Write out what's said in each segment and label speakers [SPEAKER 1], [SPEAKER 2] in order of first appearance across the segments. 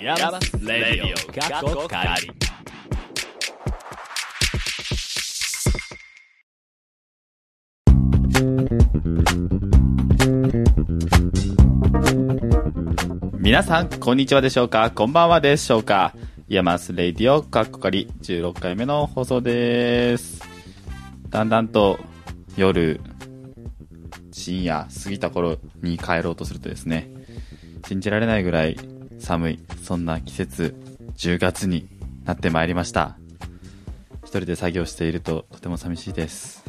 [SPEAKER 1] ヤバスレディオ過去仮皆さんこんにちはでしょうかこんばんはでしょうかヤマスレディオ過去仮16回目の放送ですだんだんと夜深夜過ぎた頃に帰ろうとするとですね信じられないぐらい寒いそんな季節10月になってまいりました一人で作業しているととても寂しいです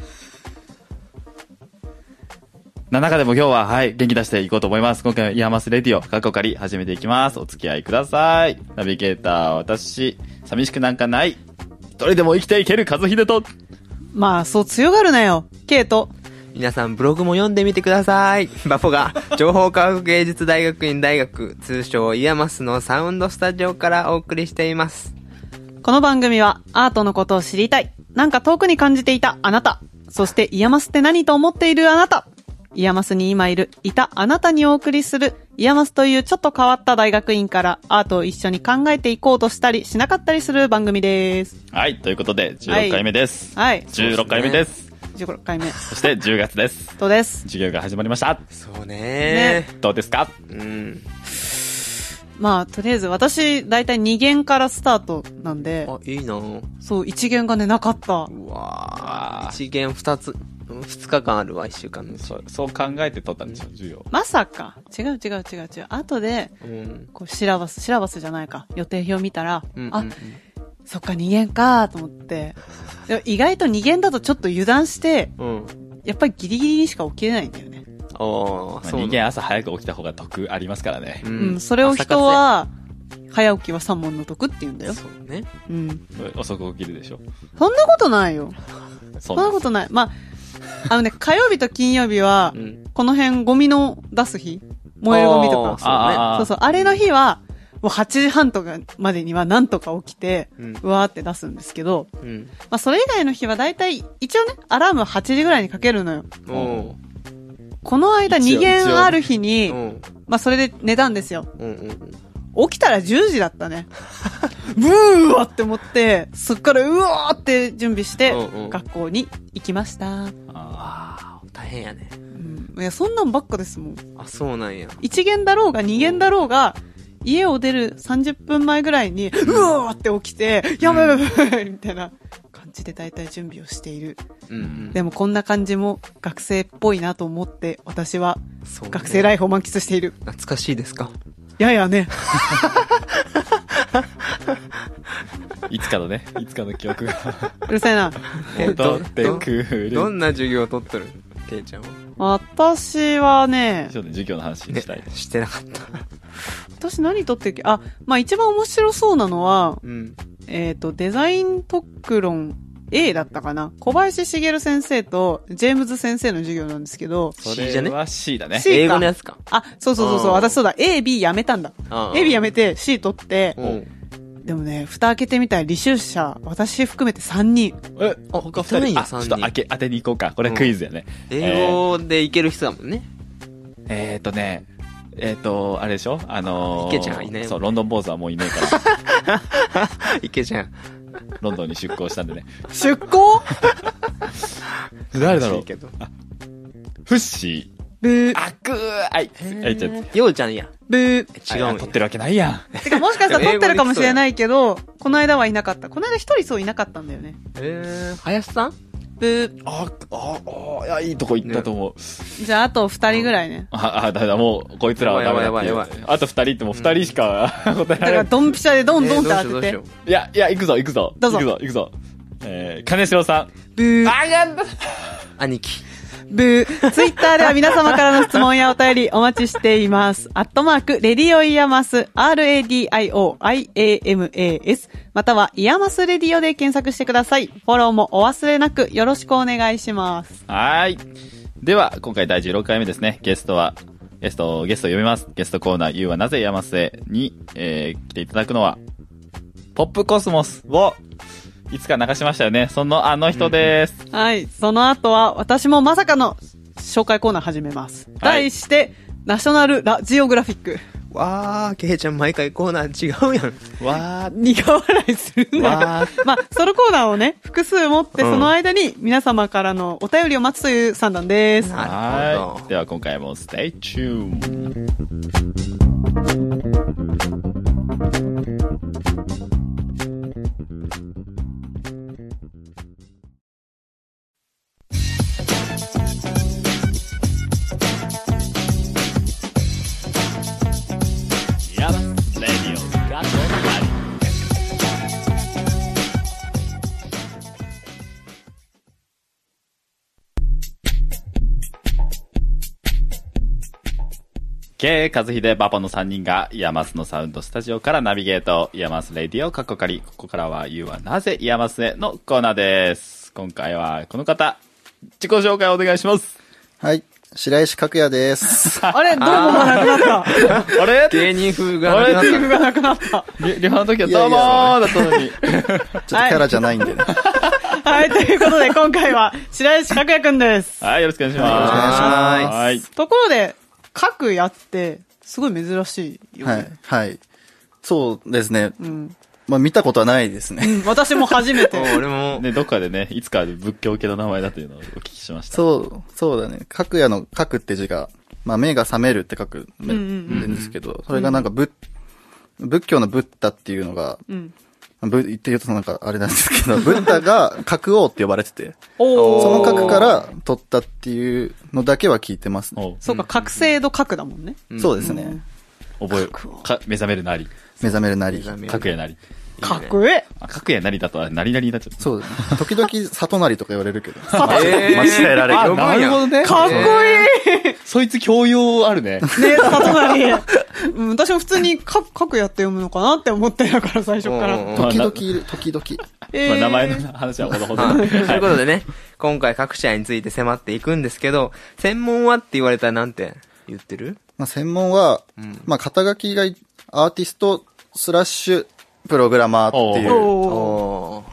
[SPEAKER 1] な中でも今日ははい元気出していこうと思います今回はイヤマスレディオ過去借り始めていきますお付き合いくださいナビゲーター私寂しくなんかない一人でも生きていける和秀と
[SPEAKER 2] まあ、そう強がるなよ。ケイト。
[SPEAKER 3] 皆さんブログも読んでみてください。バポが情報科学芸術大学院大学通称イヤマスのサウンドスタジオからお送りしています。
[SPEAKER 2] この番組はアートのことを知りたい。なんか遠くに感じていたあなた。そしてイヤマスって何と思っているあなた。イヤマスに今いる、いたあなたにお送りする、イヤマスというちょっと変わった大学院からアートを一緒に考えていこうとしたりしなかったりする番組です。
[SPEAKER 1] はいということで16回目です、
[SPEAKER 2] はい。
[SPEAKER 1] 16回目です
[SPEAKER 2] 16回目。
[SPEAKER 1] そして10月です
[SPEAKER 2] とです。
[SPEAKER 1] 授業が始まりました
[SPEAKER 3] そうね
[SPEAKER 1] どうですか
[SPEAKER 3] うん。
[SPEAKER 2] まあ、とりあえず私、だいたい2限からスタートなんで、
[SPEAKER 3] あ、いいな
[SPEAKER 2] そう、1限がね、なかった。
[SPEAKER 3] うわぁ。一元二つ、二日間あるわ、一週間のうち。
[SPEAKER 1] そうそう考えて取ったんでしょ授業
[SPEAKER 2] まさか。違う違う違う違う。後で、
[SPEAKER 3] うん。
[SPEAKER 2] こう、シラバス、シラバスじゃないか。予定表見たら、
[SPEAKER 3] うん、
[SPEAKER 2] あ、そっか、2限かと思って。でも意外と2限だとちょっと油断して、
[SPEAKER 3] うん。うん。
[SPEAKER 2] やっぱりギリギリにしか起きれないんだよね。
[SPEAKER 3] あー、
[SPEAKER 1] まあ、
[SPEAKER 3] そう
[SPEAKER 1] 人
[SPEAKER 3] な
[SPEAKER 1] 間朝早く起きた方が得ありますからね
[SPEAKER 3] う。
[SPEAKER 2] うんん、それを人、は、早起きは三問の得って言うんだ
[SPEAKER 3] 朝
[SPEAKER 2] よ
[SPEAKER 3] 活。やそうね。
[SPEAKER 2] うん。
[SPEAKER 1] 遅く起きるでしょ。
[SPEAKER 2] そんなことないよ。
[SPEAKER 1] そ
[SPEAKER 2] そんなことない。まあ、 あのね、火曜日と金曜日は
[SPEAKER 3] う、ん。
[SPEAKER 2] この辺ゴミの出す日燃えるゴミと
[SPEAKER 3] あー
[SPEAKER 2] か。
[SPEAKER 1] ああ
[SPEAKER 2] そうそう。あれの日は、もう8時半とかまでにはなんとか起きて、
[SPEAKER 3] うん
[SPEAKER 2] うわーって出すんですけど、
[SPEAKER 3] うん。
[SPEAKER 2] まあそれ以外の日は大体、一応ね、アラーム8時ぐらいにかけるのよ。
[SPEAKER 3] おー
[SPEAKER 2] この間
[SPEAKER 1] 一応
[SPEAKER 2] 2
[SPEAKER 1] 一
[SPEAKER 2] 限
[SPEAKER 1] 応
[SPEAKER 2] ある日に
[SPEAKER 3] う、ん。
[SPEAKER 2] まあそれで寝たんですよ。
[SPEAKER 3] うん。うん。
[SPEAKER 2] 起きたら10時だった ね。ブーわって思って、そっからうわーって準備して
[SPEAKER 3] うんうん、
[SPEAKER 2] 学校に行きました。
[SPEAKER 1] あ
[SPEAKER 3] あー、大変やね。
[SPEAKER 2] うん、いや、そんなんばっかですもん。
[SPEAKER 3] あ、そうなんや。
[SPEAKER 2] 1限だろうが2限だろうが、家を出る30分前ぐらいに、うわーって起きて、やばいやばいやばいみたいな感じで大体準備をしている。
[SPEAKER 3] うんうん。
[SPEAKER 2] でもこんな感じも学生っぽいなと思って、私は
[SPEAKER 3] そうね
[SPEAKER 2] 学生ライフを満喫している。
[SPEAKER 3] 懐かしいですか
[SPEAKER 2] ややね。
[SPEAKER 1] ーいつかのね、いつかの記憶が
[SPEAKER 2] うるさいな。
[SPEAKER 3] え
[SPEAKER 1] 戻
[SPEAKER 3] ど
[SPEAKER 1] ってくる。
[SPEAKER 3] どんな授業を取っとるケイちゃんは。
[SPEAKER 2] 私はね、
[SPEAKER 1] ちょっと授業の話したい。
[SPEAKER 3] してなかった。
[SPEAKER 2] 私何撮ってるっけあ、まあ一番面白そうなのは、
[SPEAKER 3] うん。
[SPEAKER 2] えっ、と、デザイン特論 A だったかな。小林茂先生とジェームズ先生の授業なんですけど、
[SPEAKER 1] そ
[SPEAKER 3] C じゃ
[SPEAKER 1] れ
[SPEAKER 3] ね
[SPEAKER 1] は C だね。
[SPEAKER 2] C
[SPEAKER 3] 英語のやつか。
[SPEAKER 2] あ、そうそうそうそうう、
[SPEAKER 3] ん
[SPEAKER 2] 私そうだ、A、B やめたんだ。A、B やめて C 取って、
[SPEAKER 3] うん。
[SPEAKER 2] でもね、蓋開けてみたら履修者、私含めて3人。
[SPEAKER 1] え、
[SPEAKER 3] あ
[SPEAKER 1] 他
[SPEAKER 3] 行って
[SPEAKER 1] 二
[SPEAKER 3] み
[SPEAKER 1] 人。
[SPEAKER 3] んや
[SPEAKER 1] あ、ちょ
[SPEAKER 3] 三
[SPEAKER 1] っ
[SPEAKER 3] 人
[SPEAKER 1] と当て、当てに行こうか。これクイズやね。
[SPEAKER 3] 英語でいける人だもんね。
[SPEAKER 1] えーとね、えーと、あれでしょあのー、
[SPEAKER 3] 池ちゃんがいないもんね
[SPEAKER 1] そう、ロンドン坊主はもういないから、
[SPEAKER 3] いけちゃん。
[SPEAKER 1] ロンドンに出向したん でね。
[SPEAKER 2] 出向
[SPEAKER 1] 誰だろ
[SPEAKER 3] いうけど。
[SPEAKER 1] フッシ
[SPEAKER 2] ブ
[SPEAKER 1] ー。、
[SPEAKER 2] ー
[SPEAKER 1] あくーあい。あいちゃん。
[SPEAKER 3] ようちゃんや。
[SPEAKER 2] ブー。
[SPEAKER 3] 違うんや
[SPEAKER 1] あ取ってるわけないやん。
[SPEAKER 2] てか、もしかしたら撮ってるかもしれないけど、この間はいなかった。この間一人そういなかったんだよね。
[SPEAKER 3] えー、林さん
[SPEAKER 2] ブ
[SPEAKER 1] あ、あ、あ、いや、いいとこ行ったと思う。
[SPEAKER 2] ー。じゃあ、あと二人ぐらいね。
[SPEAKER 1] あ、あ、だ、だ、もう、こいつらはダメだってい
[SPEAKER 3] や
[SPEAKER 1] う
[SPEAKER 3] ばいやばいやば
[SPEAKER 1] あと二人ってもう二人しか答え
[SPEAKER 2] だ
[SPEAKER 1] ら
[SPEAKER 2] か
[SPEAKER 1] れ
[SPEAKER 2] ら、
[SPEAKER 1] ない。
[SPEAKER 2] ドンピシャでドンドンって
[SPEAKER 3] えー
[SPEAKER 2] 当
[SPEAKER 3] どう
[SPEAKER 2] て
[SPEAKER 3] してよ。うどうしよ
[SPEAKER 1] いや、いや、行くぞ、行くぞ。
[SPEAKER 2] どうぞ
[SPEAKER 1] 行くぞ、行くぞ。えー、金城さん。
[SPEAKER 2] ブー。
[SPEAKER 1] あ、やんだ
[SPEAKER 3] う兄貴。
[SPEAKER 2] ブー。ツイッターでは皆様からの質問やお便りお待ちしています。アットマーク、レディオイヤマス、RADIOIAMAS、またはイヤマスレディオで検索してください。フォローもお忘れなくよろしくお願いします。
[SPEAKER 1] はーい。では、今回第16回目ですね。ゲストは、ゲスト、ゲスト読みます。ゲストコーナー、ゆうはなぜ山瀬に、えー、来ていただくのは、ポップコスモスを、いつか流しましたよね。そのあの人です。
[SPEAKER 2] はい。その後は私もまさかの紹介コーナー始めます。題して、ナショナルラジオグラフィック。
[SPEAKER 3] わー、けいちゃん毎回コーナー違うやん。
[SPEAKER 1] わー、
[SPEAKER 2] 苦笑いするの。
[SPEAKER 1] わー、
[SPEAKER 2] まあ、ソロコーナーをね、複数持って、
[SPEAKER 3] うん
[SPEAKER 2] その間に皆様からのお便りを待つという算段です。
[SPEAKER 3] なるほ
[SPEAKER 1] は
[SPEAKER 3] ど
[SPEAKER 1] い。では今回も Stay tuned! ヤバスレディオがケイ、カズヒデ、バポの3人が、イヤマスのサウンドスタジオからナビゲート、イヤマスレディオカッコカリ。ここからは、You はなぜイヤマスへのコーナーです。今回は、この方、自己紹介をお願いします。
[SPEAKER 4] はい。白石角也 です。
[SPEAKER 2] あれどうもがなくなった。
[SPEAKER 1] あれ
[SPEAKER 3] 芸人風がなくなった
[SPEAKER 2] リフがなくなった。
[SPEAKER 1] リリハの時はどうもーだったのに。
[SPEAKER 4] ちょっとキャラじゃないんでね。よろしく
[SPEAKER 2] はい、ということで今回は白石角也くんです。
[SPEAKER 1] はい、よろしくお願いし
[SPEAKER 4] お
[SPEAKER 1] ます。
[SPEAKER 4] 願いしま
[SPEAKER 1] はい。
[SPEAKER 2] ところで、角也って、すごい珍しい
[SPEAKER 4] す。
[SPEAKER 2] よね。
[SPEAKER 4] はい。はい。そうですね。
[SPEAKER 2] うん。
[SPEAKER 4] まあ見たことはないですね。
[SPEAKER 2] うん私も初めて。
[SPEAKER 3] もう俺も、
[SPEAKER 1] ね、どっかでね、いつか仏教系の名前だというのをお聞きしました。
[SPEAKER 4] そう、そうだね。角也の角って字が、まあ目が覚めるって書く
[SPEAKER 2] んうん
[SPEAKER 4] んですけど、それがなんか仏、仏教のブッダっていうのが、
[SPEAKER 2] うん。
[SPEAKER 4] ぶ言って言うとなんかあれなんですけど、 ブッダが角王って呼ばれてて、
[SPEAKER 2] おー。
[SPEAKER 4] その角から取ったっていうのだけは聞いてますね。
[SPEAKER 1] お
[SPEAKER 2] そうか、覚醒度角だもんね。
[SPEAKER 4] そうですね。
[SPEAKER 1] 覚える。
[SPEAKER 2] 覚悟
[SPEAKER 1] か目覚めるなり。
[SPEAKER 4] 目覚めるなり。
[SPEAKER 3] 覚める
[SPEAKER 1] かくやなり。
[SPEAKER 2] かっこええ。
[SPEAKER 1] あ、かくやなりだと、あなりなりになっちゃった。
[SPEAKER 4] そうですね。時々里なりとか言われる けど。
[SPEAKER 3] えー
[SPEAKER 1] 間違えられる。
[SPEAKER 3] あなるほどね
[SPEAKER 2] かっこいい
[SPEAKER 1] そいつ教養あるね。
[SPEAKER 2] ね、里成。うん、私も普通にか、かくやって読むのかなって思ってたから、最初か
[SPEAKER 3] うんうん
[SPEAKER 2] ら。
[SPEAKER 1] まあ
[SPEAKER 4] 時
[SPEAKER 1] な
[SPEAKER 4] 々いる、時々。
[SPEAKER 2] え
[SPEAKER 1] まあ、
[SPEAKER 2] ー
[SPEAKER 1] 名前の話はほどほど。
[SPEAKER 3] はいということでね、今回各社について迫っていくんですけど、専門はって言われたらなんて言ってる
[SPEAKER 4] まあ、専門は、まあ、肩書きがアーティストスラッシュプログラマーっていう、
[SPEAKER 2] お
[SPEAKER 4] っ
[SPEAKER 2] ー
[SPEAKER 3] お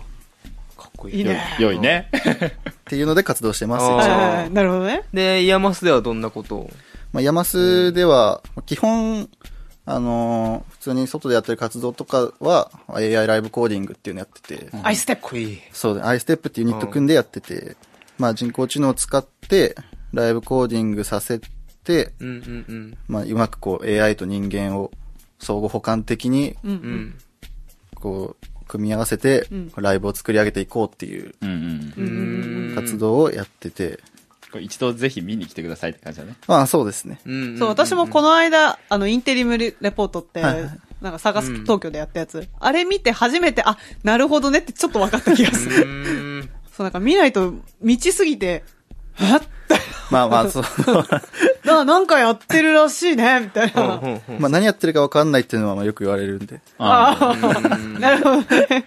[SPEAKER 3] ー。かっこいい。
[SPEAKER 2] いいね
[SPEAKER 1] 良いね。
[SPEAKER 4] ていうので活動してます。
[SPEAKER 3] お
[SPEAKER 4] 一
[SPEAKER 2] はい
[SPEAKER 4] 応
[SPEAKER 2] はいはい。なるほどね。
[SPEAKER 3] で、イヤマスではどんなことを
[SPEAKER 4] まあ、ヤマスでは、基本、あのー普通に外でやってる活動とかは、AI ライブコーディングっていうのやってて、
[SPEAKER 2] アイステップ。
[SPEAKER 3] こいい。
[SPEAKER 4] そうで、iStep っていうユニット組んでやってて、まあ、人工知能を使って、ライブコーディングさせて、
[SPEAKER 3] うんうんうん。
[SPEAKER 4] まあ、うまくこう、AI と人間を相互補完的に、
[SPEAKER 3] うん。
[SPEAKER 4] こう、組み合わせて、ライブを作り上げていこうっていう
[SPEAKER 1] うんうん。
[SPEAKER 2] うんうん
[SPEAKER 4] 活動をやってて、
[SPEAKER 1] これ一度ぜひ見に来てくださいって感じだね。
[SPEAKER 4] まあそうですね。
[SPEAKER 3] うん
[SPEAKER 2] うんんそう、私もこの間、あの、インテリムレポートって、
[SPEAKER 4] はいはい
[SPEAKER 2] なんか探す東京でやったやつ。あれ見て初めて、あ、なるほどねってちょっと分かった気がす
[SPEAKER 3] う
[SPEAKER 2] る。
[SPEAKER 3] ん。
[SPEAKER 2] そう、なんか見ないと、道すぎて、
[SPEAKER 4] まあまあ、そう。
[SPEAKER 2] な、なんかやってるらしいね、みたいな。
[SPEAKER 4] まあ何やってるか分かんないっていうのはまあよく言われるんで。
[SPEAKER 1] ああ。
[SPEAKER 2] なるほどね。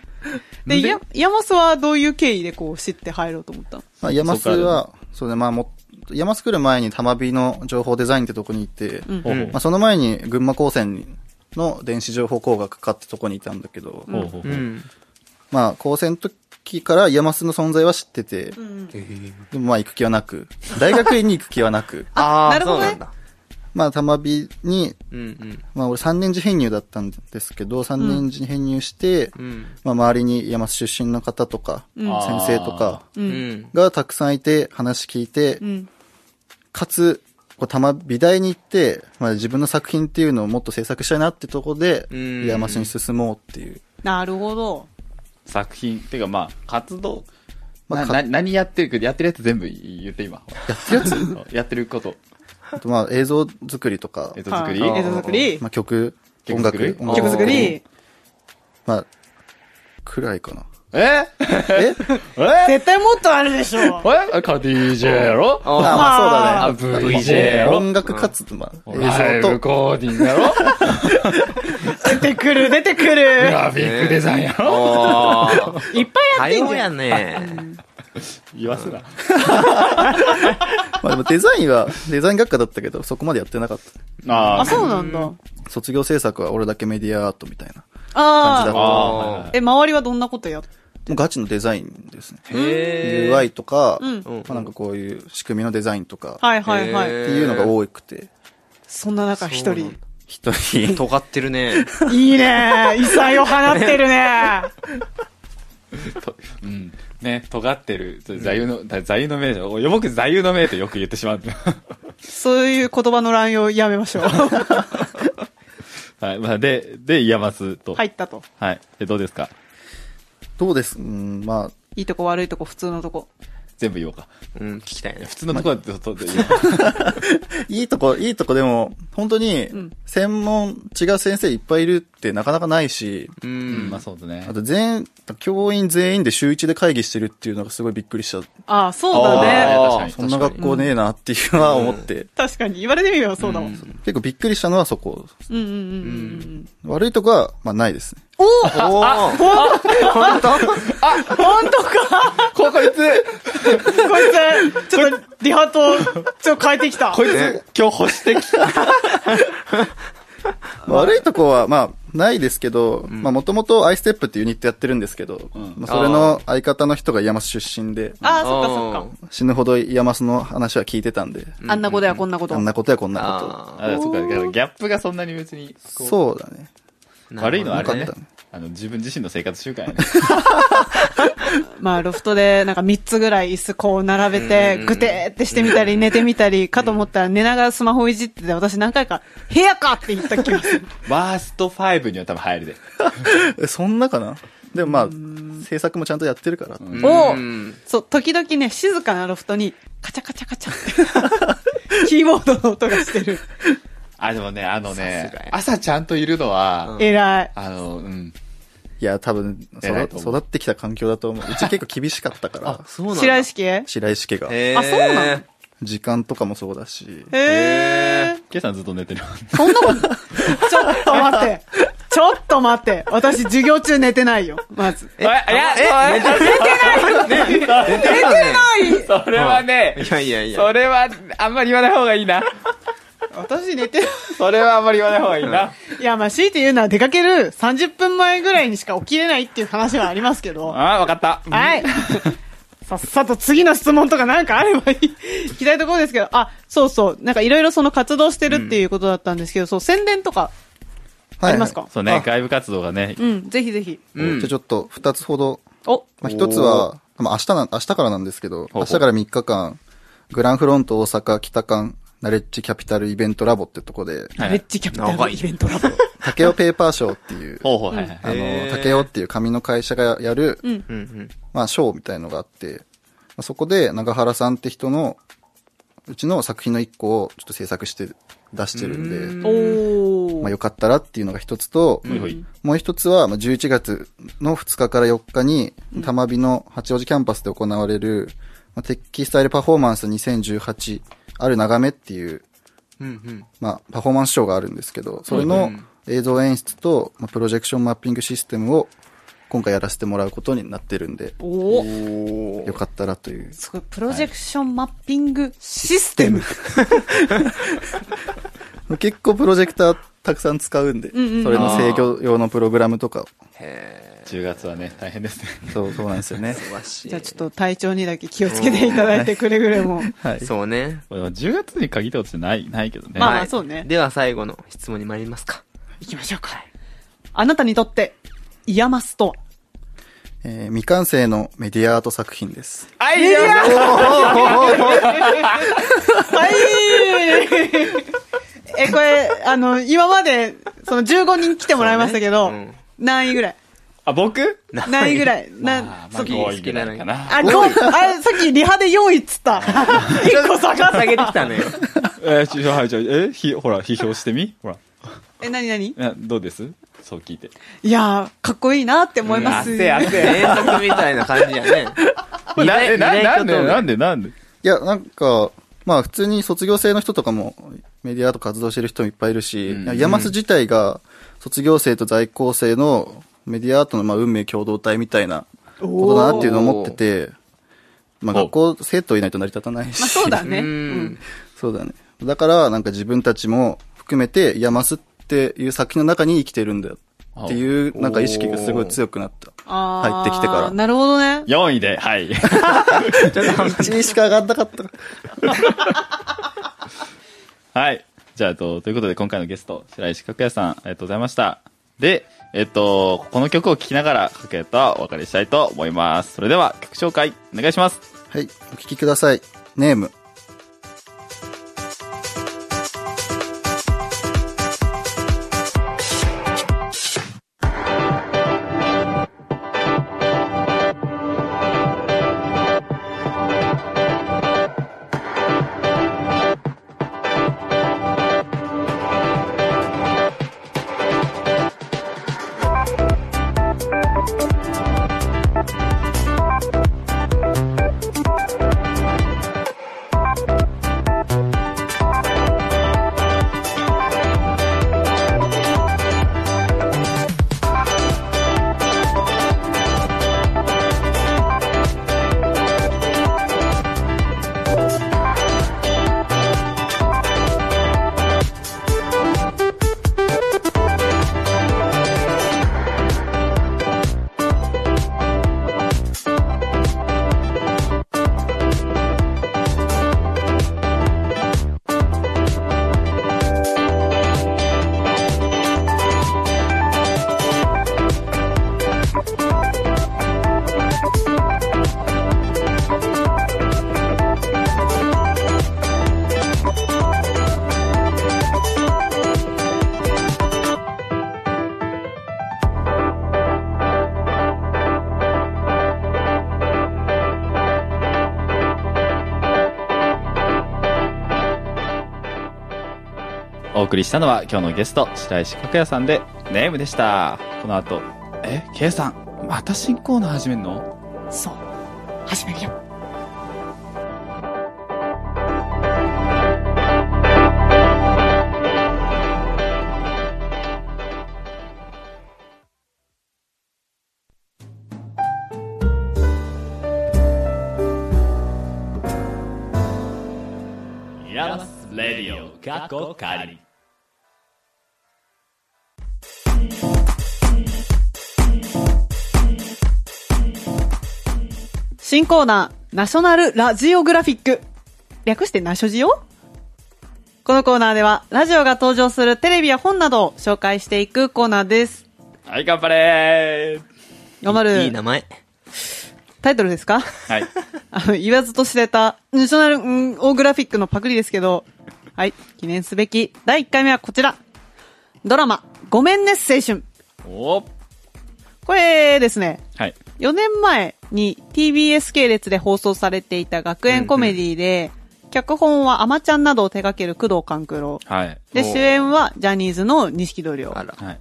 [SPEAKER 2] で、イヤイヤマスはどういう経緯でこう知って入ろうと思ったの
[SPEAKER 4] まあ山スは、そうね、まあも、山ス来る前に玉火の情報デザインってとこにいて、
[SPEAKER 1] ほう
[SPEAKER 4] まあその前に群馬高専の電子情報工学科ってとこにいたんだけ
[SPEAKER 1] ほ
[SPEAKER 4] ど、
[SPEAKER 1] うほうほ
[SPEAKER 3] う
[SPEAKER 1] う。
[SPEAKER 3] ん。
[SPEAKER 4] まあ高専の時から山スの存在は知ってて、でもまあ行く気はなく、大学院に行く気はなく、
[SPEAKER 3] あ
[SPEAKER 2] な
[SPEAKER 3] あ、
[SPEAKER 2] る
[SPEAKER 3] そ
[SPEAKER 2] ほど
[SPEAKER 3] う
[SPEAKER 2] ね
[SPEAKER 3] なんだ。
[SPEAKER 4] まあ玉火に、
[SPEAKER 3] うんうん。
[SPEAKER 4] まあ俺3年次編入だったんですけど、3年次編入して、
[SPEAKER 3] うん。
[SPEAKER 4] まあ、周りに山出身の方とか、
[SPEAKER 2] ん
[SPEAKER 4] 先生とか
[SPEAKER 3] うん。
[SPEAKER 4] がたくさんいて、話聞いて、
[SPEAKER 2] うん。
[SPEAKER 4] かつ、こう、たま、美大に行って、まあ、自分の作品っていうのをもっと制作したいなってとこで、
[SPEAKER 3] うん
[SPEAKER 4] 山市に進もうっていう。
[SPEAKER 2] なるほど。
[SPEAKER 1] 作品。てかまあ、活動。
[SPEAKER 4] まあ
[SPEAKER 1] なな何やってるか、やってるやつ全部言って今。やってるやつやってること。
[SPEAKER 4] あと、まあ、映像作りとか
[SPEAKER 1] えっ、と作り。
[SPEAKER 2] はい映像作り。
[SPEAKER 4] まあ、曲、
[SPEAKER 1] 曲
[SPEAKER 4] 音
[SPEAKER 1] 作り
[SPEAKER 4] 楽、音楽
[SPEAKER 2] 曲作り。
[SPEAKER 4] まあ、くらいかな。
[SPEAKER 1] え
[SPEAKER 4] え
[SPEAKER 1] ええ
[SPEAKER 2] 絶対もっとあるでしょ。
[SPEAKER 1] あれから DJ やろ
[SPEAKER 4] あ、
[SPEAKER 3] あ
[SPEAKER 4] まあ、そうだ
[SPEAKER 1] あ、
[SPEAKER 4] ね。
[SPEAKER 1] VJ やろ
[SPEAKER 4] 音楽かつ、まあ、
[SPEAKER 1] ライ
[SPEAKER 4] 映像
[SPEAKER 1] ブ
[SPEAKER 4] と、
[SPEAKER 1] コーディングやろ
[SPEAKER 2] 出てくる、出てく
[SPEAKER 1] グ
[SPEAKER 2] る。
[SPEAKER 1] ラフィックデザインやろ
[SPEAKER 3] ああ。
[SPEAKER 2] いっぱ
[SPEAKER 3] 多
[SPEAKER 2] いやってん
[SPEAKER 3] 様
[SPEAKER 2] じゃ
[SPEAKER 3] や
[SPEAKER 2] ん。
[SPEAKER 3] ね。
[SPEAKER 1] 言わすな。
[SPEAKER 4] まあ、でもデザインは、デザイン学科だったけど、そこまでやってなかった。
[SPEAKER 1] あ
[SPEAKER 2] あ、
[SPEAKER 1] あ、
[SPEAKER 2] そうなんだ。
[SPEAKER 4] 卒業制作は俺だけメディアアートみたいな。感じ
[SPEAKER 2] あ
[SPEAKER 4] だ
[SPEAKER 2] あ。
[SPEAKER 1] あ
[SPEAKER 2] え、周りはどんなことやっ
[SPEAKER 4] もうガチのデザインですね。
[SPEAKER 3] へえ。
[SPEAKER 4] UI とか、
[SPEAKER 2] うん
[SPEAKER 4] まあ、なんかこういう仕組みのデザインとか、
[SPEAKER 2] はいはいはい。
[SPEAKER 4] っていうのが多くて。
[SPEAKER 2] そんな中一
[SPEAKER 3] そうな
[SPEAKER 2] 人
[SPEAKER 3] んだ、
[SPEAKER 4] 一人、
[SPEAKER 3] 尖ってるね。
[SPEAKER 2] いいね異彩を放ってるね
[SPEAKER 1] とうん。ね、尖ってる。ちょっと座右の、だ座右の銘じゃん。お僕、座右の銘ってよく言ってしまう。
[SPEAKER 2] そういう言葉の乱用やめましょう。
[SPEAKER 1] はい。まあ、で、で、イヤマスと。
[SPEAKER 2] 入ったと。
[SPEAKER 1] はい。で、どうですか
[SPEAKER 4] どうですうん、まあ、
[SPEAKER 2] いいとこ悪いとこ普通のとこ。
[SPEAKER 1] 全部言おうか。
[SPEAKER 3] うん、聞きたい
[SPEAKER 1] いや
[SPEAKER 3] ね。
[SPEAKER 1] 普通のところだと、そうだ
[SPEAKER 4] いいとこ、いいとこでも、本当に
[SPEAKER 2] ん、
[SPEAKER 4] 専門、違う先生いっぱいいるってなかなかないし、
[SPEAKER 3] う
[SPEAKER 1] うん
[SPEAKER 3] ん
[SPEAKER 1] まあ、。そうですね
[SPEAKER 4] あ。と全、教員全員で週一で会議してるっていうのがすごいびっくりした。
[SPEAKER 2] ああ、そうだね。
[SPEAKER 1] あー確かに
[SPEAKER 4] そんな学校ねえなっていうのは思って。
[SPEAKER 2] 確かに。言われてみればそうだもん。うん
[SPEAKER 3] ん
[SPEAKER 4] 結構びっくりしたのはそこ。
[SPEAKER 2] うんうんうんうん。
[SPEAKER 4] 悪いとこは、まあないですね。
[SPEAKER 2] おお
[SPEAKER 3] おお本当
[SPEAKER 2] 本当か
[SPEAKER 1] こ、こいつ、
[SPEAKER 2] こいつ、ちょっと、リハと、ちょっと変えてきた。
[SPEAKER 1] こいつ、今日保守的。
[SPEAKER 4] まあ悪いとこは、まあ、ないですけど、まあ、もともとアイステップっていうユニットやってるんですけど、まあ、それの相方の人がイヤマス出身で、
[SPEAKER 2] ああ、そっかそっか。
[SPEAKER 4] 死ぬほどイヤマスの話は聞いてたんで、
[SPEAKER 2] あんなことやこんなこと。
[SPEAKER 4] あんなことやこんなこ
[SPEAKER 3] あ
[SPEAKER 1] あ、そうか。だからギャップがそんなに別に、
[SPEAKER 4] と。そうだね。
[SPEAKER 3] ー
[SPEAKER 1] 悪いのはあれ
[SPEAKER 4] な
[SPEAKER 1] ね
[SPEAKER 4] かったね。
[SPEAKER 1] あの、自分自身の生活習慣やね。
[SPEAKER 2] まあ、ロフトで、なんか3つぐらい椅子こう並べて、ぐてーってしてみたり、寝てみたり、かと思ったら寝ながらスマホいじってて、私何回か、部屋かって言った気がする。
[SPEAKER 1] ワースト5には多分入るで。
[SPEAKER 4] え、そんなかなでもまあ、制作もちゃんとやってるから。
[SPEAKER 2] おお
[SPEAKER 3] うん
[SPEAKER 2] そう、時々ね、静かなロフトに、カチャカチャカチャって、 キーボードの音がしてる。
[SPEAKER 1] あ、でもね、あの
[SPEAKER 3] さ
[SPEAKER 1] ね
[SPEAKER 3] すがや、
[SPEAKER 1] 朝ちゃんといるのは、
[SPEAKER 2] 偉い。
[SPEAKER 1] あの、うん。
[SPEAKER 4] いや、多分
[SPEAKER 1] 偉い
[SPEAKER 4] 育
[SPEAKER 1] と
[SPEAKER 4] っ、
[SPEAKER 1] 思う
[SPEAKER 4] 育ってきた環境だと思う。うち結構厳しかったから、
[SPEAKER 3] そうなんだ
[SPEAKER 2] 白石家
[SPEAKER 4] 白石家が。
[SPEAKER 3] へー
[SPEAKER 2] あそうなの
[SPEAKER 4] 時間とかもそうだし、
[SPEAKER 2] え
[SPEAKER 1] ケイさんずっと寝てる。
[SPEAKER 2] ー。そんなこと、ちょっと待って。ちょっと待って。私、授業中寝てないよ。まず。
[SPEAKER 3] え、いや、え、寝て
[SPEAKER 2] 寝てない
[SPEAKER 1] それはね、
[SPEAKER 3] いやいやいや。
[SPEAKER 1] それは、あんまり言わない方がいいな。
[SPEAKER 2] 私寝てない。
[SPEAKER 1] それはあんまり言わない方がいいな。
[SPEAKER 2] いや、まあ、強いて言うのは出かける30分前ぐらいにしか起きれないっていう話はありますけど。
[SPEAKER 1] ああ、わかった。
[SPEAKER 2] はい。さっさと次の質問とかなんかあればいい、聞きたいところですけど、あ、そうそう、なんかいろいろその活動してるっていうことだったんですけど、そう、宣伝とかありますか、
[SPEAKER 1] そうね
[SPEAKER 4] あ、
[SPEAKER 1] 外部活動がね、
[SPEAKER 2] うん、ぜひぜひ。
[SPEAKER 4] じゃあちょっと二つほど、
[SPEAKER 2] お、
[SPEAKER 4] まあ、一つは、まあ、明日な、明日からなんですけど、
[SPEAKER 1] ほう
[SPEAKER 4] 明日から3日間、グランフロント大阪北館ナレッジキャピタルイベントラボってとこで、
[SPEAKER 1] はい、
[SPEAKER 2] レッジキャピタルイベントラボ。
[SPEAKER 4] 竹雄ペーパーショーっていう
[SPEAKER 1] ほうほう、はいはい。
[SPEAKER 4] あ
[SPEAKER 3] へー
[SPEAKER 4] の、竹雄っていう紙の会社がやる、
[SPEAKER 3] うんうん。
[SPEAKER 4] まあ、ショーみたいのがあって、まあそこで長原さんって人の、うちの作品の一個をちょっと制作して出してるんで、
[SPEAKER 2] おー。
[SPEAKER 4] まあ、よかったらっていうのが一つと、
[SPEAKER 1] ほいほい。
[SPEAKER 4] もう一つは、まあ11月の2日から4日に、たまびの八王子キャンパスで行われる、まあテッキスタイルパフォーマンス2018、ある眺めっていう、
[SPEAKER 3] うんうん。
[SPEAKER 4] まあ、パフォーマンスショーがあるんですけど、それの映像演出と、まあプロジェクションマッピングシステムを、今回やらせてもらうことになってるんで、
[SPEAKER 2] おー。
[SPEAKER 4] よかったらという。
[SPEAKER 2] すごい、プロジェクションマッピングシステム。
[SPEAKER 4] 結構プロジェクターたくさん使うんで、
[SPEAKER 2] んうん
[SPEAKER 4] それの制御用のプログラムとかを、
[SPEAKER 1] 10月はね、大変ですね。
[SPEAKER 4] そう、そうなんですよね。
[SPEAKER 3] わし
[SPEAKER 2] じゃあちょっと体調にだけ気をつけていただいてくれぐれも。
[SPEAKER 4] はい。
[SPEAKER 3] そうね。
[SPEAKER 1] これは10月に限ったことじゃない、ないけどね。
[SPEAKER 2] まあ
[SPEAKER 3] はい
[SPEAKER 2] そうね
[SPEAKER 3] では最後の質問に参りますか。
[SPEAKER 2] 行きましょうか。あなたにとって、イヤマスとは
[SPEAKER 4] えー未完成のメディアアート作品です。
[SPEAKER 3] はい、じゃあ
[SPEAKER 2] はいえ、これ、あの、今まで、その15人来てもらいましたけど、
[SPEAKER 3] そうね
[SPEAKER 2] 何位ぐらい
[SPEAKER 1] あ、僕
[SPEAKER 2] 何位ぐらい
[SPEAKER 1] あ
[SPEAKER 2] な、
[SPEAKER 1] まあ、
[SPEAKER 2] そ
[SPEAKER 1] 5位ぐらいかな。
[SPEAKER 2] あ、ごあ、さっきリハで4位っつった。1個下が
[SPEAKER 3] 下げてきたね。
[SPEAKER 1] えー、ちょはい、じゃあえ、ひ、ほら、批評してみほら。
[SPEAKER 2] え、何何
[SPEAKER 1] えどうですそう聞いて。
[SPEAKER 2] いやー、かっこいいなって思います。
[SPEAKER 1] 汗、汗。
[SPEAKER 3] 連続みたいな感じやね。
[SPEAKER 1] な、え、な、なんで、なん
[SPEAKER 3] で
[SPEAKER 1] で、なんで。
[SPEAKER 4] いや、なんか、まあ普通に卒業生の人とかもメディアアート活動してる人もいっぱいいるし、
[SPEAKER 1] うん
[SPEAKER 4] 山津自体が卒業生と在校生のメディアアートのまあ運命共同体みたいなことだなっていうのを思ってて、まあ
[SPEAKER 1] お
[SPEAKER 4] 学校生徒いないと成り立たないし。
[SPEAKER 2] まあそうだ
[SPEAKER 3] う
[SPEAKER 2] ね。
[SPEAKER 3] ん。
[SPEAKER 4] そうだね。だからなんか自分たちも含めて山津っていう作品の中に生きてるんだよっていうなんか意識がすごい強くなった。
[SPEAKER 2] あー
[SPEAKER 4] 入ってきてから
[SPEAKER 2] なるほどね。
[SPEAKER 1] 4位で、はい。
[SPEAKER 4] 1位しか上がんなかった。
[SPEAKER 1] はい。じゃあ、えっと、ということで今回のゲスト、白石角也さん、ありがとうございました。で、えっと、この曲を聴きながら、角也とはお別れしたいと思います。それでは、曲紹介、お願いします。
[SPEAKER 4] はい、お聴きください。ネーム。
[SPEAKER 1] お送りしたのは今日のゲスト、白石角也さんで、ネームでした。この後、え、K さん、また新コーナー始めるの
[SPEAKER 2] そう。始めるよ。
[SPEAKER 1] イラスレディオ、過去仮。
[SPEAKER 2] 新コーナー、ナショナルラジオグラフィック。略してナショジオこのコーナーでは、ラジオが登場するテレビや本などを紹介していくコーナーです。
[SPEAKER 1] はい、頑張れ
[SPEAKER 2] 頑張
[SPEAKER 3] いい
[SPEAKER 2] る。
[SPEAKER 3] 名前。
[SPEAKER 2] タイトルです か
[SPEAKER 1] ーはい。
[SPEAKER 2] あの、言わずと知れた、ナショナル、んオーグラフィックのパクリですけど、はい、記念すべき第1回目はこちら。ドラマ、ごめんね青春。
[SPEAKER 1] おー
[SPEAKER 2] これですね、
[SPEAKER 1] はい。
[SPEAKER 2] 4年前に TBS 系列で放送されていた学園コメディで、脚本はアマちゃんなどを手掛ける工藤官九郎。
[SPEAKER 1] はい。
[SPEAKER 2] で、
[SPEAKER 3] おう
[SPEAKER 2] 主演はジャニーズの錦戸亮。
[SPEAKER 3] あ
[SPEAKER 2] ま
[SPEAKER 3] ら。
[SPEAKER 1] はい。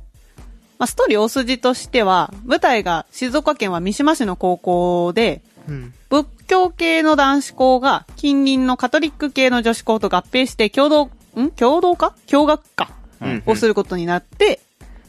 [SPEAKER 2] あ、ストーリー大筋としては、舞台が静岡県は三島市の高校で、
[SPEAKER 3] うん。
[SPEAKER 2] 仏教系の男子校が近隣のカトリック系の女子校と合併して共同、ん共同化共学化
[SPEAKER 3] うん
[SPEAKER 2] をすることになって、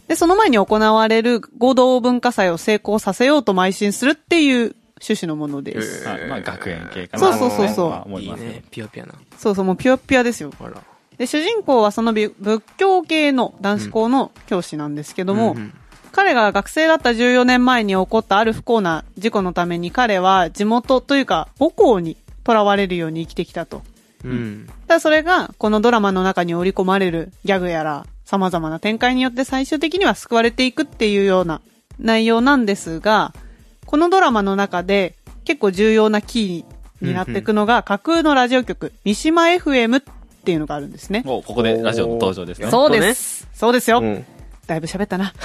[SPEAKER 2] で、その前に行われる合同文化祭を成功させようと邁進するっていう趣旨のものです。
[SPEAKER 3] え
[SPEAKER 1] まあ、まあ、学園系かな
[SPEAKER 2] そう
[SPEAKER 1] と
[SPEAKER 2] そうそうそう
[SPEAKER 1] まあ思
[SPEAKER 3] い
[SPEAKER 1] い
[SPEAKER 3] い
[SPEAKER 1] ますけど
[SPEAKER 3] ね。ピヨピヨな。
[SPEAKER 2] そうそう、もうピュアピュアですよ。
[SPEAKER 3] あら。
[SPEAKER 2] で、主人公はそのび仏教系の男子校の教師なんですけども、
[SPEAKER 3] うんうん
[SPEAKER 2] 彼が学生だった14年前に起こったある不幸な事故のために彼は地元というか母校に囚われるように生きてきたと。
[SPEAKER 3] うん。
[SPEAKER 2] ただそれが、このドラマの中に織り込まれるギャグやら、様々な展開によって最終的には救われていくっていうような内容なんですが、このドラマの中で結構重要なキーになっていくのが、架空のラジオ局、三島 FM っていうのがあるんですね。
[SPEAKER 1] おここでラジオの登場ですね。
[SPEAKER 2] そう
[SPEAKER 3] う
[SPEAKER 2] で。
[SPEAKER 3] です
[SPEAKER 2] そうですよ。
[SPEAKER 3] うん
[SPEAKER 2] だいぶ喋ったな。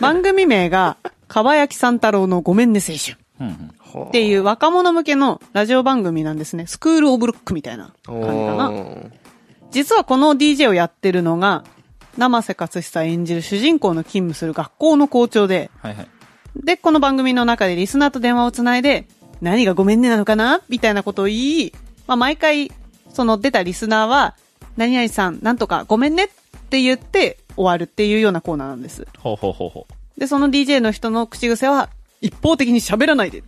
[SPEAKER 2] 番組名が、かばやきさん太郎のごめんね青春
[SPEAKER 1] うんうん
[SPEAKER 3] ほう
[SPEAKER 2] っていう若者向けのラジオ番組なんですね。スクールオブロックみたいな感じかな。
[SPEAKER 3] おー
[SPEAKER 2] 実はこの DJ をやってるのが、生瀬勝久演じる主人公の勤務する学校の校長で、
[SPEAKER 1] はいはい。
[SPEAKER 2] で、この番組の中でリスナーと電話をつないで、何がごめんねなのかなみたいなことを言い、まあ、毎回、その出たリスナーは、何々さん、なんとかごめんねって言って終わるっていうようなコーナーなんです。
[SPEAKER 1] ほうほうほうほう。
[SPEAKER 2] で、その DJ の人の口癖は、一方的に喋らないで。っ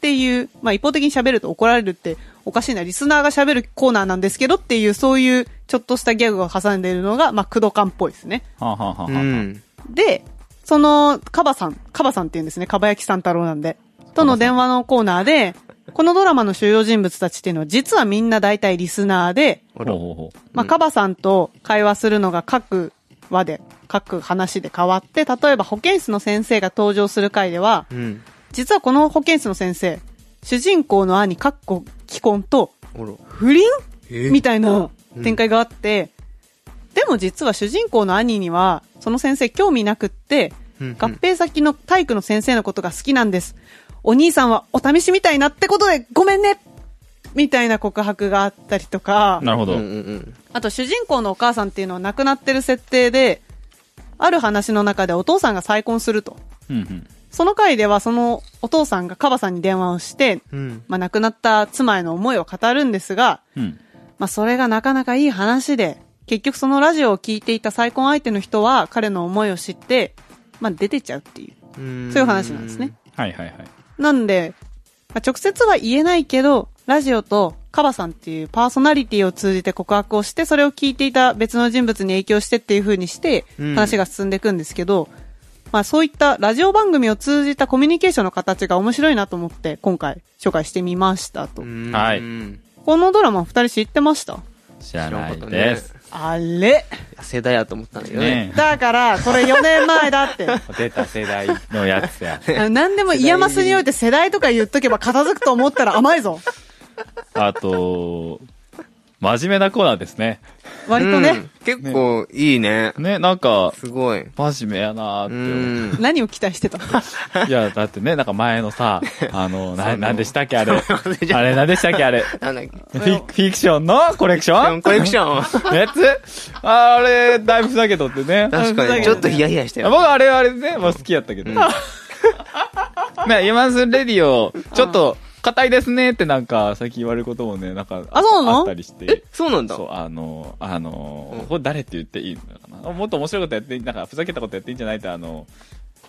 [SPEAKER 2] ていう、まあ、一方的に喋ると怒られるって、おかしいな、リスナーが喋るコーナーなんですけどっていう、そういう、ちょっとしたギャグを挟んでいるのが、まあ、工藤感っぽいですね。
[SPEAKER 1] はあ、はあはあ
[SPEAKER 3] う
[SPEAKER 1] はあ、
[SPEAKER 3] ん。
[SPEAKER 2] で、その、カバさん、カバさんって言うんですね、カバヤキさん太郎なんで。との電話のコーナーで、このドラマの主要人物たちっていうのは、実はみんな大体リスナーで、
[SPEAKER 1] ほうほうほう
[SPEAKER 2] まあ、カバさんと会話するのが各話で、各話で変わって、例えば保健室の先生が登場する回では、
[SPEAKER 3] うん。
[SPEAKER 2] 実はこの保健室の先生、主人公の兄、かっこ既婚と、
[SPEAKER 3] おら。
[SPEAKER 2] 不倫
[SPEAKER 3] え
[SPEAKER 2] みたいな展開があって、でも実は主人公の兄には、その先生興味なくって、
[SPEAKER 3] うんうん
[SPEAKER 2] 合併先の体育の先生のことが好きなんです。お兄さんはお試しみたいなってことでごめんねみたいな告白があったりとか、
[SPEAKER 1] なるほど。
[SPEAKER 3] うんうんうん。
[SPEAKER 2] あと主人公のお母さんっていうのは亡くなってる設定で、ある話の中でお父さんが再婚すると。
[SPEAKER 1] うんうん。
[SPEAKER 2] その回ではそのお父さんがカバさんに電話をして、
[SPEAKER 3] うん。
[SPEAKER 2] まあ亡くなった妻への思いを語るんですが、
[SPEAKER 1] うん。
[SPEAKER 2] まあそれがなかなかいい話で、結局そのラジオを聞いていた再婚相手の人は彼の思いを知って、まあ出てっちゃうっていう、
[SPEAKER 3] そう
[SPEAKER 2] そういう話なんですね。。
[SPEAKER 1] はいはいはい。
[SPEAKER 2] なんで、まあ直接は言えないけど、ラジオとカバさんっていうパーソナリティを通じて告白をして、それを聞いていた別の人物に影響してっていう風にして、
[SPEAKER 3] うん
[SPEAKER 2] 話が進んでいくんですけど、まあそういったラジオ番組を通じたコミュニケーションの形が面白いなと思って、今回紹介してみましたと。
[SPEAKER 3] うん
[SPEAKER 1] はい
[SPEAKER 3] うん
[SPEAKER 2] このドラマ二人知ってました
[SPEAKER 1] 知らない
[SPEAKER 3] 知らなかった
[SPEAKER 1] で
[SPEAKER 3] ね
[SPEAKER 1] す。
[SPEAKER 2] あれ
[SPEAKER 3] 世代やと思ったんだけどね。
[SPEAKER 1] ね
[SPEAKER 2] だから、これ4年前だ って。
[SPEAKER 1] え。出た世代のやつや。
[SPEAKER 2] あの何でもイヤマスにおいて世代とか言っとけば片付くと思ったら甘いぞ。
[SPEAKER 1] あと、真面目なコーナーですね。
[SPEAKER 2] 割とね、
[SPEAKER 3] うん。結構いいね。
[SPEAKER 1] ね、なんか、
[SPEAKER 3] すごい。
[SPEAKER 1] 真面目やなーっ
[SPEAKER 3] う
[SPEAKER 1] て思って。
[SPEAKER 3] ん。
[SPEAKER 2] 何を期待してたの
[SPEAKER 1] いや、だってね、なんか前のさ、あの、
[SPEAKER 3] そ
[SPEAKER 1] な、
[SPEAKER 3] う
[SPEAKER 1] なんでしたっけあれ。
[SPEAKER 3] 忘れちゃ
[SPEAKER 1] あ
[SPEAKER 3] った
[SPEAKER 1] れ、なんでしたっけあれ。フ
[SPEAKER 3] なんだっけ
[SPEAKER 1] ィフィクションのコレクション
[SPEAKER 3] コレクション。
[SPEAKER 1] のやつああれ、だいぶふざけとってね。
[SPEAKER 3] 確かに、ちょっとヒヤヒヤした
[SPEAKER 1] 僕
[SPEAKER 3] よ。
[SPEAKER 1] はあれはあれでね、もう好きやった けど。ね、イマスレディオ、ちょっと、硬いですねってなんか、最近言われることもね、なんか、
[SPEAKER 2] あそうなの
[SPEAKER 1] あったりして。
[SPEAKER 3] そうなんだ
[SPEAKER 1] そ。う、あの、あの、
[SPEAKER 3] うん
[SPEAKER 1] これ誰って言っていいのかなもっと面白いことやって、なんか、ふざけたことやっていいんじゃないって、あの、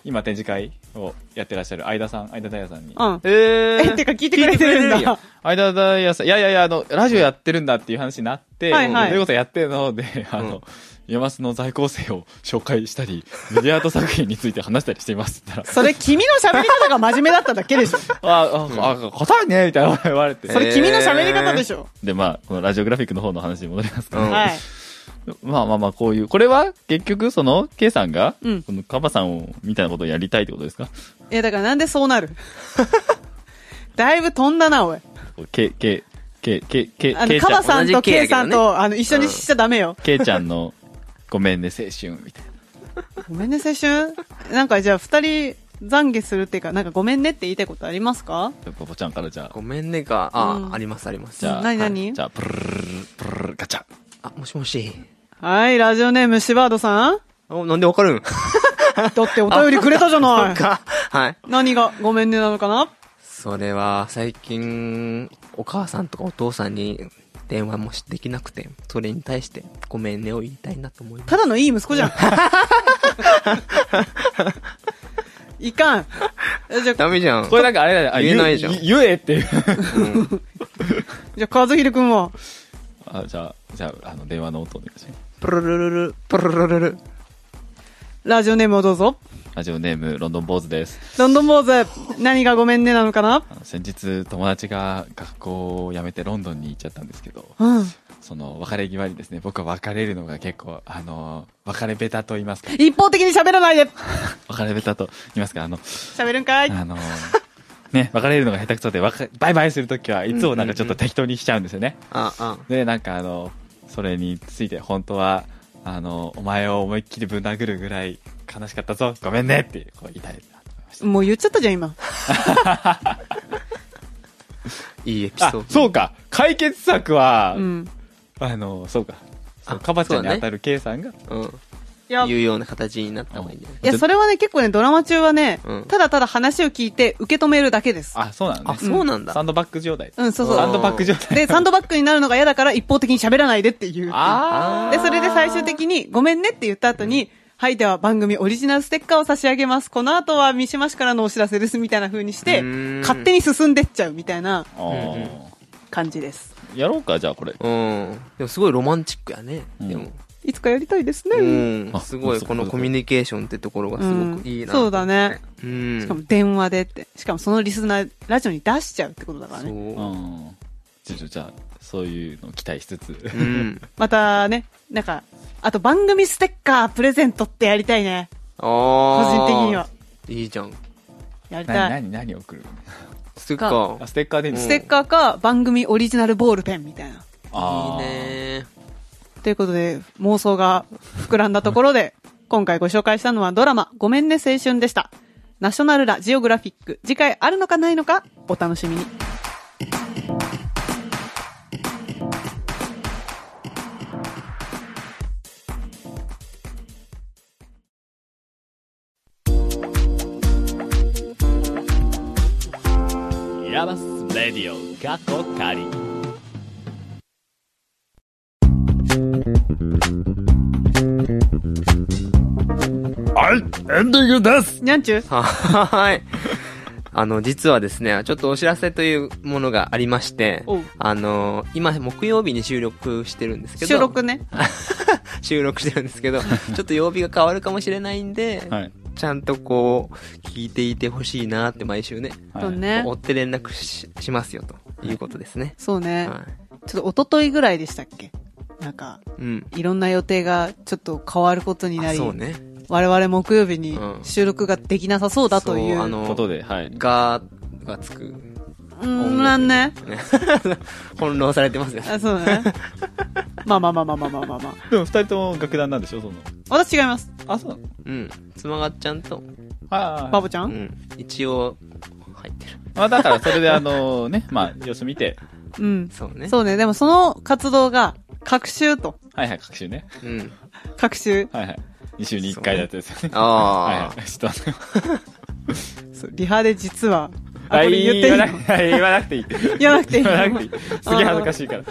[SPEAKER 1] 今展示会をやってらっしゃる、相田さん、相田大也さんに。
[SPEAKER 2] うん。
[SPEAKER 3] え
[SPEAKER 2] え、てか聞いてくれてるんだ。
[SPEAKER 1] 相田大也さん、いやいやいや、あの、ラジオやってるんだっていう話になって、
[SPEAKER 2] はいはい
[SPEAKER 1] ということやってるので、あの、山須の在校生を紹介したり、メディアアート作品について話したりしていますって言ったら、
[SPEAKER 2] それ君の喋り方が真面目だっただけでしょ。
[SPEAKER 1] あ、あ、あ、硬いね、みたいな言われて。
[SPEAKER 2] それ君の喋り方でしょ。
[SPEAKER 1] で、まあ、このラジオグラフィックの方の話に戻りますけど、
[SPEAKER 3] うん
[SPEAKER 2] はい。
[SPEAKER 1] まあまあまあ、こういう、これは結局、その、K さんが、
[SPEAKER 2] うん
[SPEAKER 1] このカバさんを、みたいなことをやりたいってことですか
[SPEAKER 2] いや、だからなんでそうなる だいぶ飛んだな、おい。
[SPEAKER 1] こう ?K、K、K、K、K、
[SPEAKER 2] あ
[SPEAKER 1] K
[SPEAKER 2] の、
[SPEAKER 1] ち
[SPEAKER 2] カ
[SPEAKER 1] ゃ
[SPEAKER 2] バ
[SPEAKER 1] ん、
[SPEAKER 2] さんと
[SPEAKER 3] 同じ K や
[SPEAKER 2] K
[SPEAKER 3] けど
[SPEAKER 2] さ
[SPEAKER 3] ね
[SPEAKER 2] んと、あの、一緒にしちゃダメよ。
[SPEAKER 1] K ちゃんの、ごめんね、青春、みたいな。
[SPEAKER 2] ごめんね、青春。なんかじゃあ、二人、懺悔するっていうか、なんかごめんねって言いたいことありますか
[SPEAKER 1] ポポちゃんからじゃあ
[SPEAKER 3] ご、めんねか。
[SPEAKER 2] う
[SPEAKER 3] あ
[SPEAKER 2] ん
[SPEAKER 3] あ、ありますあります。
[SPEAKER 1] じゃあ、
[SPEAKER 2] 何何
[SPEAKER 1] じゃあ、プルルルルプルルルガチャ。
[SPEAKER 3] あ、もしもし。
[SPEAKER 2] はい、ラジオネーム、シバードさん
[SPEAKER 3] あ、なんでわかるん
[SPEAKER 2] だってお便りくれたじゃ ない
[SPEAKER 3] か。はい。
[SPEAKER 2] 何がごめんねなのかな
[SPEAKER 3] それは、最近、お母さんとかお父さんに電話もしできなくて、それに対して、ごめんねを言いたいなと思います。
[SPEAKER 2] ただのいい息子じゃん。いかん。えじゃあ、
[SPEAKER 3] ダメじゃん。
[SPEAKER 1] これなんかあれだねあ。
[SPEAKER 3] 言えないじゃん
[SPEAKER 1] ゆゆ言えっていう。
[SPEAKER 2] じゃあ、和弘くんは。
[SPEAKER 1] あ、じゃあ、じゃあ、あの、電話の音お願いします。
[SPEAKER 3] プルルルル、プルルルル。
[SPEAKER 2] ラジオネームをどうぞ。
[SPEAKER 1] ラジオネーム、ロンドン坊主です。
[SPEAKER 2] ロンドン坊主、何がごめんねなのかな
[SPEAKER 1] あの先日、友達が学校を辞めてロンドンに行っちゃったんですけど、
[SPEAKER 2] うん。
[SPEAKER 1] その、別れ際にですね、僕は別れるのが結構、あの、別れベタと言いますか、
[SPEAKER 2] 一方的に喋らないで
[SPEAKER 1] 別れベタと言いますか、あの、
[SPEAKER 2] 喋るんかい
[SPEAKER 1] あの、ね、別れるのが下手くそで、別れバイバイするときはいつもなんかちょっと適当にしちゃうんですよね。
[SPEAKER 3] あ、あ、
[SPEAKER 1] で、なんかあの、それについて本当は、あの、お前を思いっきりぶん殴るぐらい悲しかったぞ、ごめんねってこう言いたいなと思いました。
[SPEAKER 2] もう言っちゃったじゃん、今。
[SPEAKER 3] いいエピソー
[SPEAKER 1] あ
[SPEAKER 3] ド。、
[SPEAKER 1] そうか解決策は、
[SPEAKER 2] うん。
[SPEAKER 1] あの、そうか。そう
[SPEAKER 3] あ
[SPEAKER 1] カバちゃん
[SPEAKER 3] そう
[SPEAKER 1] に
[SPEAKER 3] だね
[SPEAKER 1] 当たる K さんが、
[SPEAKER 3] うん。
[SPEAKER 2] いや、
[SPEAKER 3] 言うような形になった方がいいんじゃない
[SPEAKER 2] いや、それはね、結構ね、ドラマ中はね、
[SPEAKER 3] うん
[SPEAKER 2] ただただ話を聞いて受け止めるだけです。
[SPEAKER 1] あ、そうなんだ、
[SPEAKER 3] あ、
[SPEAKER 1] ね。
[SPEAKER 3] そうなんだ
[SPEAKER 1] サ。ンドバッグ状態。
[SPEAKER 2] うん、そう
[SPEAKER 1] サン
[SPEAKER 2] そ
[SPEAKER 1] ドバッグ状
[SPEAKER 2] う。
[SPEAKER 1] 態。
[SPEAKER 2] で、サンドバッグになるのが嫌だから一方的に喋らないでっていう。
[SPEAKER 1] あ
[SPEAKER 2] で、それで最終的に、ごめんねって言った後に、はい、では番組オリジナルステッカーを差し上げます。この後は三島市からのお知らせです、みたいな風にして
[SPEAKER 3] うーん、
[SPEAKER 2] 勝手に進んでっちゃうみたいな
[SPEAKER 1] あー
[SPEAKER 3] うん
[SPEAKER 2] 感じです。
[SPEAKER 1] やろうか、じゃあこれ。
[SPEAKER 3] うん。でもすごいロマンチックやね。で
[SPEAKER 1] う
[SPEAKER 3] も
[SPEAKER 1] ん。
[SPEAKER 2] いつかやりたいです
[SPEAKER 3] う
[SPEAKER 2] ね。
[SPEAKER 3] ん
[SPEAKER 1] あ
[SPEAKER 3] すごい
[SPEAKER 1] そう
[SPEAKER 3] このコミュニケーションってところがすごくいいな、
[SPEAKER 2] そうだね。
[SPEAKER 3] うん
[SPEAKER 2] しかも電話でって。しかもそのリスナー、ラジオに出しちゃうってことだから
[SPEAKER 3] そ
[SPEAKER 2] ね。
[SPEAKER 1] う。
[SPEAKER 3] うん
[SPEAKER 1] ちょっとじゃあ、そういうのを期待しつつ。
[SPEAKER 3] うん
[SPEAKER 2] またね、なんか、あと番組ステッカープレゼントってやりたいね。
[SPEAKER 3] あ
[SPEAKER 2] 個人
[SPEAKER 3] 個
[SPEAKER 2] 的にはい
[SPEAKER 3] いじゃん
[SPEAKER 2] や
[SPEAKER 1] 何、
[SPEAKER 2] りたい。
[SPEAKER 1] 何、何送る
[SPEAKER 3] ステッカ
[SPEAKER 1] あ、ステッカーでいいの
[SPEAKER 2] ステッカーか番組オリジナルボールペンみたいな。
[SPEAKER 1] あ
[SPEAKER 3] ー
[SPEAKER 1] ー
[SPEAKER 3] いいね
[SPEAKER 2] ということで、妄想が膨らんだところで、今回ご紹介したのはドラマ、ごめんね青春でした。ナショナルラジオグラフィック、次回あるのかないのか、お楽しみに。
[SPEAKER 1] イラバスレディオ過去仮はいエンディングです
[SPEAKER 2] にゃんちゅう
[SPEAKER 3] はいあの実はですねちょっとお知らせというものがありまして
[SPEAKER 2] おう
[SPEAKER 3] あの今木曜日に収録してるんですけど
[SPEAKER 2] 収録ね。
[SPEAKER 3] 収録してるんで すけどちょっと曜日が変わるかもしれないんで、
[SPEAKER 1] はい、
[SPEAKER 3] ちゃんとこう聞いていてほしいなって毎週ね
[SPEAKER 1] はい
[SPEAKER 2] そうね
[SPEAKER 3] 追。って連絡ししますよということですね、
[SPEAKER 2] そうね。
[SPEAKER 3] は
[SPEAKER 2] ちょっと一昨日ぐらいでしたっけなんか、
[SPEAKER 3] い、うん
[SPEAKER 2] いろんな予定がちょっと変わることにな
[SPEAKER 3] あ
[SPEAKER 2] り、
[SPEAKER 3] そうね
[SPEAKER 2] 我々木曜日に
[SPEAKER 3] うん
[SPEAKER 2] 収録ができなさそうだという。
[SPEAKER 3] そうあ
[SPEAKER 2] う
[SPEAKER 3] の
[SPEAKER 1] ことではい
[SPEAKER 3] ががつく、
[SPEAKER 2] ーん、なんね。
[SPEAKER 3] ね、 翻弄されてます ね
[SPEAKER 2] あ、そう ね。まあまあまあまあまあまあまあまあ。
[SPEAKER 1] でも二人とも楽団なんでしょその
[SPEAKER 2] 私違います。
[SPEAKER 1] あそうなの
[SPEAKER 3] うんつまがっちゃんと、
[SPEAKER 1] はい
[SPEAKER 2] バボちゃ、
[SPEAKER 3] うんん、一応入ってる
[SPEAKER 1] まあだからそれであのね まあ様子見て
[SPEAKER 2] うん。
[SPEAKER 3] そうね
[SPEAKER 2] そうね。でもその活動が、各週と。
[SPEAKER 1] はいはい各週ね
[SPEAKER 3] うん
[SPEAKER 2] 各週。
[SPEAKER 1] はいはい二週に一回だったですよねはい
[SPEAKER 3] ああ、
[SPEAKER 1] はいちょっと
[SPEAKER 2] そうリハで実は。あ、
[SPEAKER 1] は
[SPEAKER 2] これ
[SPEAKER 1] い
[SPEAKER 2] 言っていい
[SPEAKER 1] 言わ
[SPEAKER 2] の
[SPEAKER 1] なくはい言わなくていい
[SPEAKER 2] 言わなくていい
[SPEAKER 1] 言わなくていいすげえ恥ずかしいから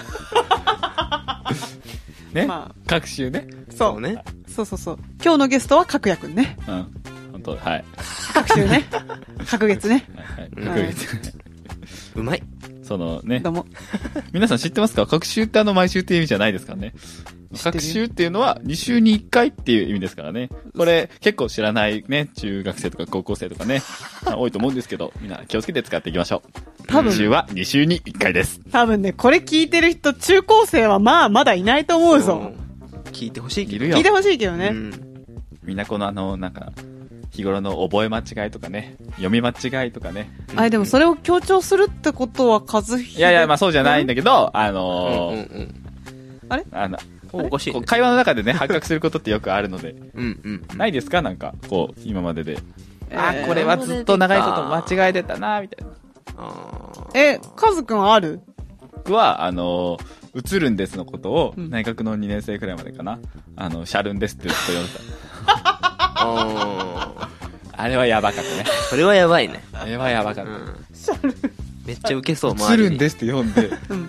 [SPEAKER 1] ね、
[SPEAKER 2] ま
[SPEAKER 1] 各週ね
[SPEAKER 2] そ。
[SPEAKER 3] そううね
[SPEAKER 2] そうそうそう。今日のゲストは各役ね。
[SPEAKER 1] うん本当はい
[SPEAKER 2] 各 週ね。各月ね。
[SPEAKER 1] はいはい
[SPEAKER 3] うん
[SPEAKER 1] 各月
[SPEAKER 3] うまい
[SPEAKER 1] そのね
[SPEAKER 2] どうも。
[SPEAKER 1] 皆さん知ってますか各週ってあの毎週っていう意味じゃないですからね。
[SPEAKER 2] 知ってる
[SPEAKER 1] 各週っていうのは2週に1回っていう意味ですからね。これ結構知らないね、中学生とか高校生とかね、多いと思うんですけど、みんな気をつけて使っていきましょう。
[SPEAKER 2] 多分
[SPEAKER 1] 週は2週に1回です。
[SPEAKER 2] 多分ね、これ聞いてる人、中高生はまあ、まだいないと思うぞ。
[SPEAKER 3] 聞いてほしいけ
[SPEAKER 1] い
[SPEAKER 3] ど
[SPEAKER 1] るよ
[SPEAKER 2] 聞い。てほしいけど
[SPEAKER 3] う
[SPEAKER 2] ね。
[SPEAKER 3] ん、
[SPEAKER 1] みんなこのあの、なんか、日頃の覚え間違いとかね、読み間違いとかね。
[SPEAKER 2] あ、でもそれを強調するってことは、和弘。
[SPEAKER 1] いやいや、まあそうじゃないんだけど、あ
[SPEAKER 3] うん
[SPEAKER 1] の
[SPEAKER 3] うん
[SPEAKER 1] ー
[SPEAKER 3] うん
[SPEAKER 1] あの、
[SPEAKER 3] おかしいね
[SPEAKER 1] こう会話の中でね、発覚することってよくあるので、
[SPEAKER 3] うんうん
[SPEAKER 1] ないですかなんか、こう、今までで。
[SPEAKER 2] え
[SPEAKER 1] あ
[SPEAKER 2] ー、
[SPEAKER 1] これはずっと長いこと間違えてたな、みたいな。
[SPEAKER 3] あー
[SPEAKER 2] え、カズくんある
[SPEAKER 1] 僕は、あのー、映るんですのことを、
[SPEAKER 2] うん
[SPEAKER 1] 内閣の2年生くらいまでかな。あの、シャルンですってずっと言われ
[SPEAKER 3] あー
[SPEAKER 1] た。あれはやばかったね。
[SPEAKER 3] それはやばいね
[SPEAKER 1] あれはやばかっ
[SPEAKER 3] うんめっちゃウケそう
[SPEAKER 1] た。映るんですすって読んで、めっ
[SPEAKER 2] うん。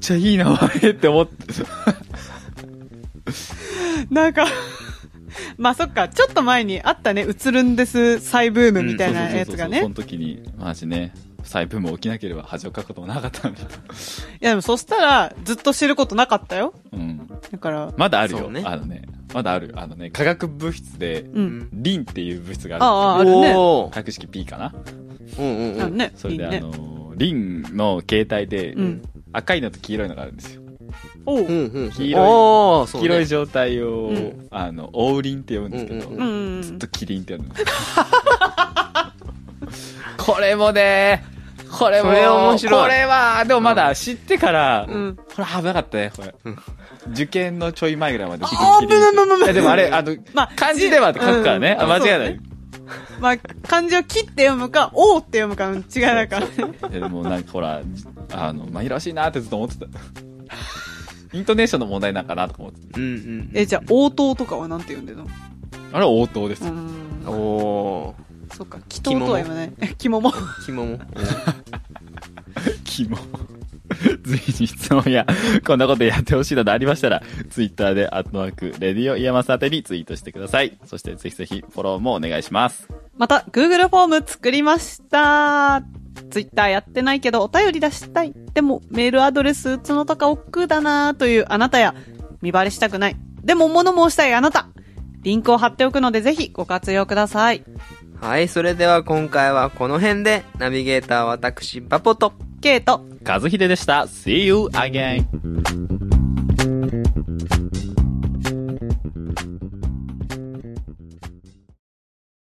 [SPEAKER 1] ちゃいい名前って思って、
[SPEAKER 2] なんか、 まあそっか、ちょっと前にあったね、映るんです再ブームみたいなや
[SPEAKER 1] そうそうそ
[SPEAKER 2] つが
[SPEAKER 1] うそうそ
[SPEAKER 2] ね
[SPEAKER 1] の。時に、マジね、細分も起きなければ恥をかくこともなかったんだ。
[SPEAKER 2] いやでもそしたら、ずっと知ることなかったよ。
[SPEAKER 1] うん。
[SPEAKER 2] だから、
[SPEAKER 1] まだある
[SPEAKER 3] そ
[SPEAKER 1] よ、
[SPEAKER 3] うね
[SPEAKER 1] あのね。まだある。あのね、化学物質で、
[SPEAKER 2] うん。
[SPEAKER 1] リンっていう物質がある。
[SPEAKER 2] ああ、あるね。
[SPEAKER 3] おー
[SPEAKER 1] 格式 P かな
[SPEAKER 3] うんうんうん
[SPEAKER 2] あるね。
[SPEAKER 1] そ
[SPEAKER 2] い
[SPEAKER 1] れ
[SPEAKER 2] い
[SPEAKER 1] で、あ
[SPEAKER 2] ね。
[SPEAKER 1] のー、リンの携帯で、
[SPEAKER 2] うん
[SPEAKER 1] 赤いのと黄色いのがあるんですよ。
[SPEAKER 2] お
[SPEAKER 3] う
[SPEAKER 2] うん
[SPEAKER 3] うん
[SPEAKER 1] 黄色い
[SPEAKER 3] おーそう
[SPEAKER 1] 黄
[SPEAKER 3] ね
[SPEAKER 1] 色い状態を、
[SPEAKER 2] うん
[SPEAKER 1] あの、王林って呼ぶんですけど、
[SPEAKER 3] うんうん
[SPEAKER 2] う
[SPEAKER 1] ず
[SPEAKER 2] ん。
[SPEAKER 1] っとキリンって呼ぶんです。 これもね、これも、
[SPEAKER 3] それ面白い
[SPEAKER 1] これは、でもまだ知ってから、
[SPEAKER 2] うん
[SPEAKER 1] これ危なかったね、これ。受験のちょい前ぐらいまでキリ
[SPEAKER 2] あー
[SPEAKER 1] ンキリンって
[SPEAKER 2] 危ない危ない危ない
[SPEAKER 1] いやでもあれ、あの、
[SPEAKER 2] まあ
[SPEAKER 1] 漢字ではって書くからね。
[SPEAKER 2] うん
[SPEAKER 1] あ間違いない。
[SPEAKER 2] まあ、漢字を切って読むか、おうって読むかの違いだからね。
[SPEAKER 1] えでもなんかほら、あの、紛らわしいなってずっと思ってた。イントネーションの問題なんかなとか思ってた。
[SPEAKER 3] うんうん
[SPEAKER 2] え、じゃあ、応答とかはなんて読んでるの
[SPEAKER 1] あれは応答です
[SPEAKER 2] う
[SPEAKER 1] よ。
[SPEAKER 2] ん。
[SPEAKER 3] おー
[SPEAKER 2] そっか、祈祷とは言わない。え、 肝も。
[SPEAKER 3] 紐も
[SPEAKER 1] キ モ。ぜひ質問や、こんなことやってほしいなどありましたら、ツイッターで、アットマーク、レディオイヤマス宛てにツイートしてください。そしてぜひぜひフォローもお願いします。
[SPEAKER 2] また、Google フォーム作りました。Twitter やってないけどお便り出したい。でも、メールアドレス打つのとか億劫だなというあなたや、見バレしたくない。でも物申したいあなた。リンクを貼っておくのでぜひご活用ください。
[SPEAKER 3] はい、それでは今回はこの辺で、ナビゲーター私、バポと、
[SPEAKER 2] ケイト、
[SPEAKER 1] 和秀でした。See you again!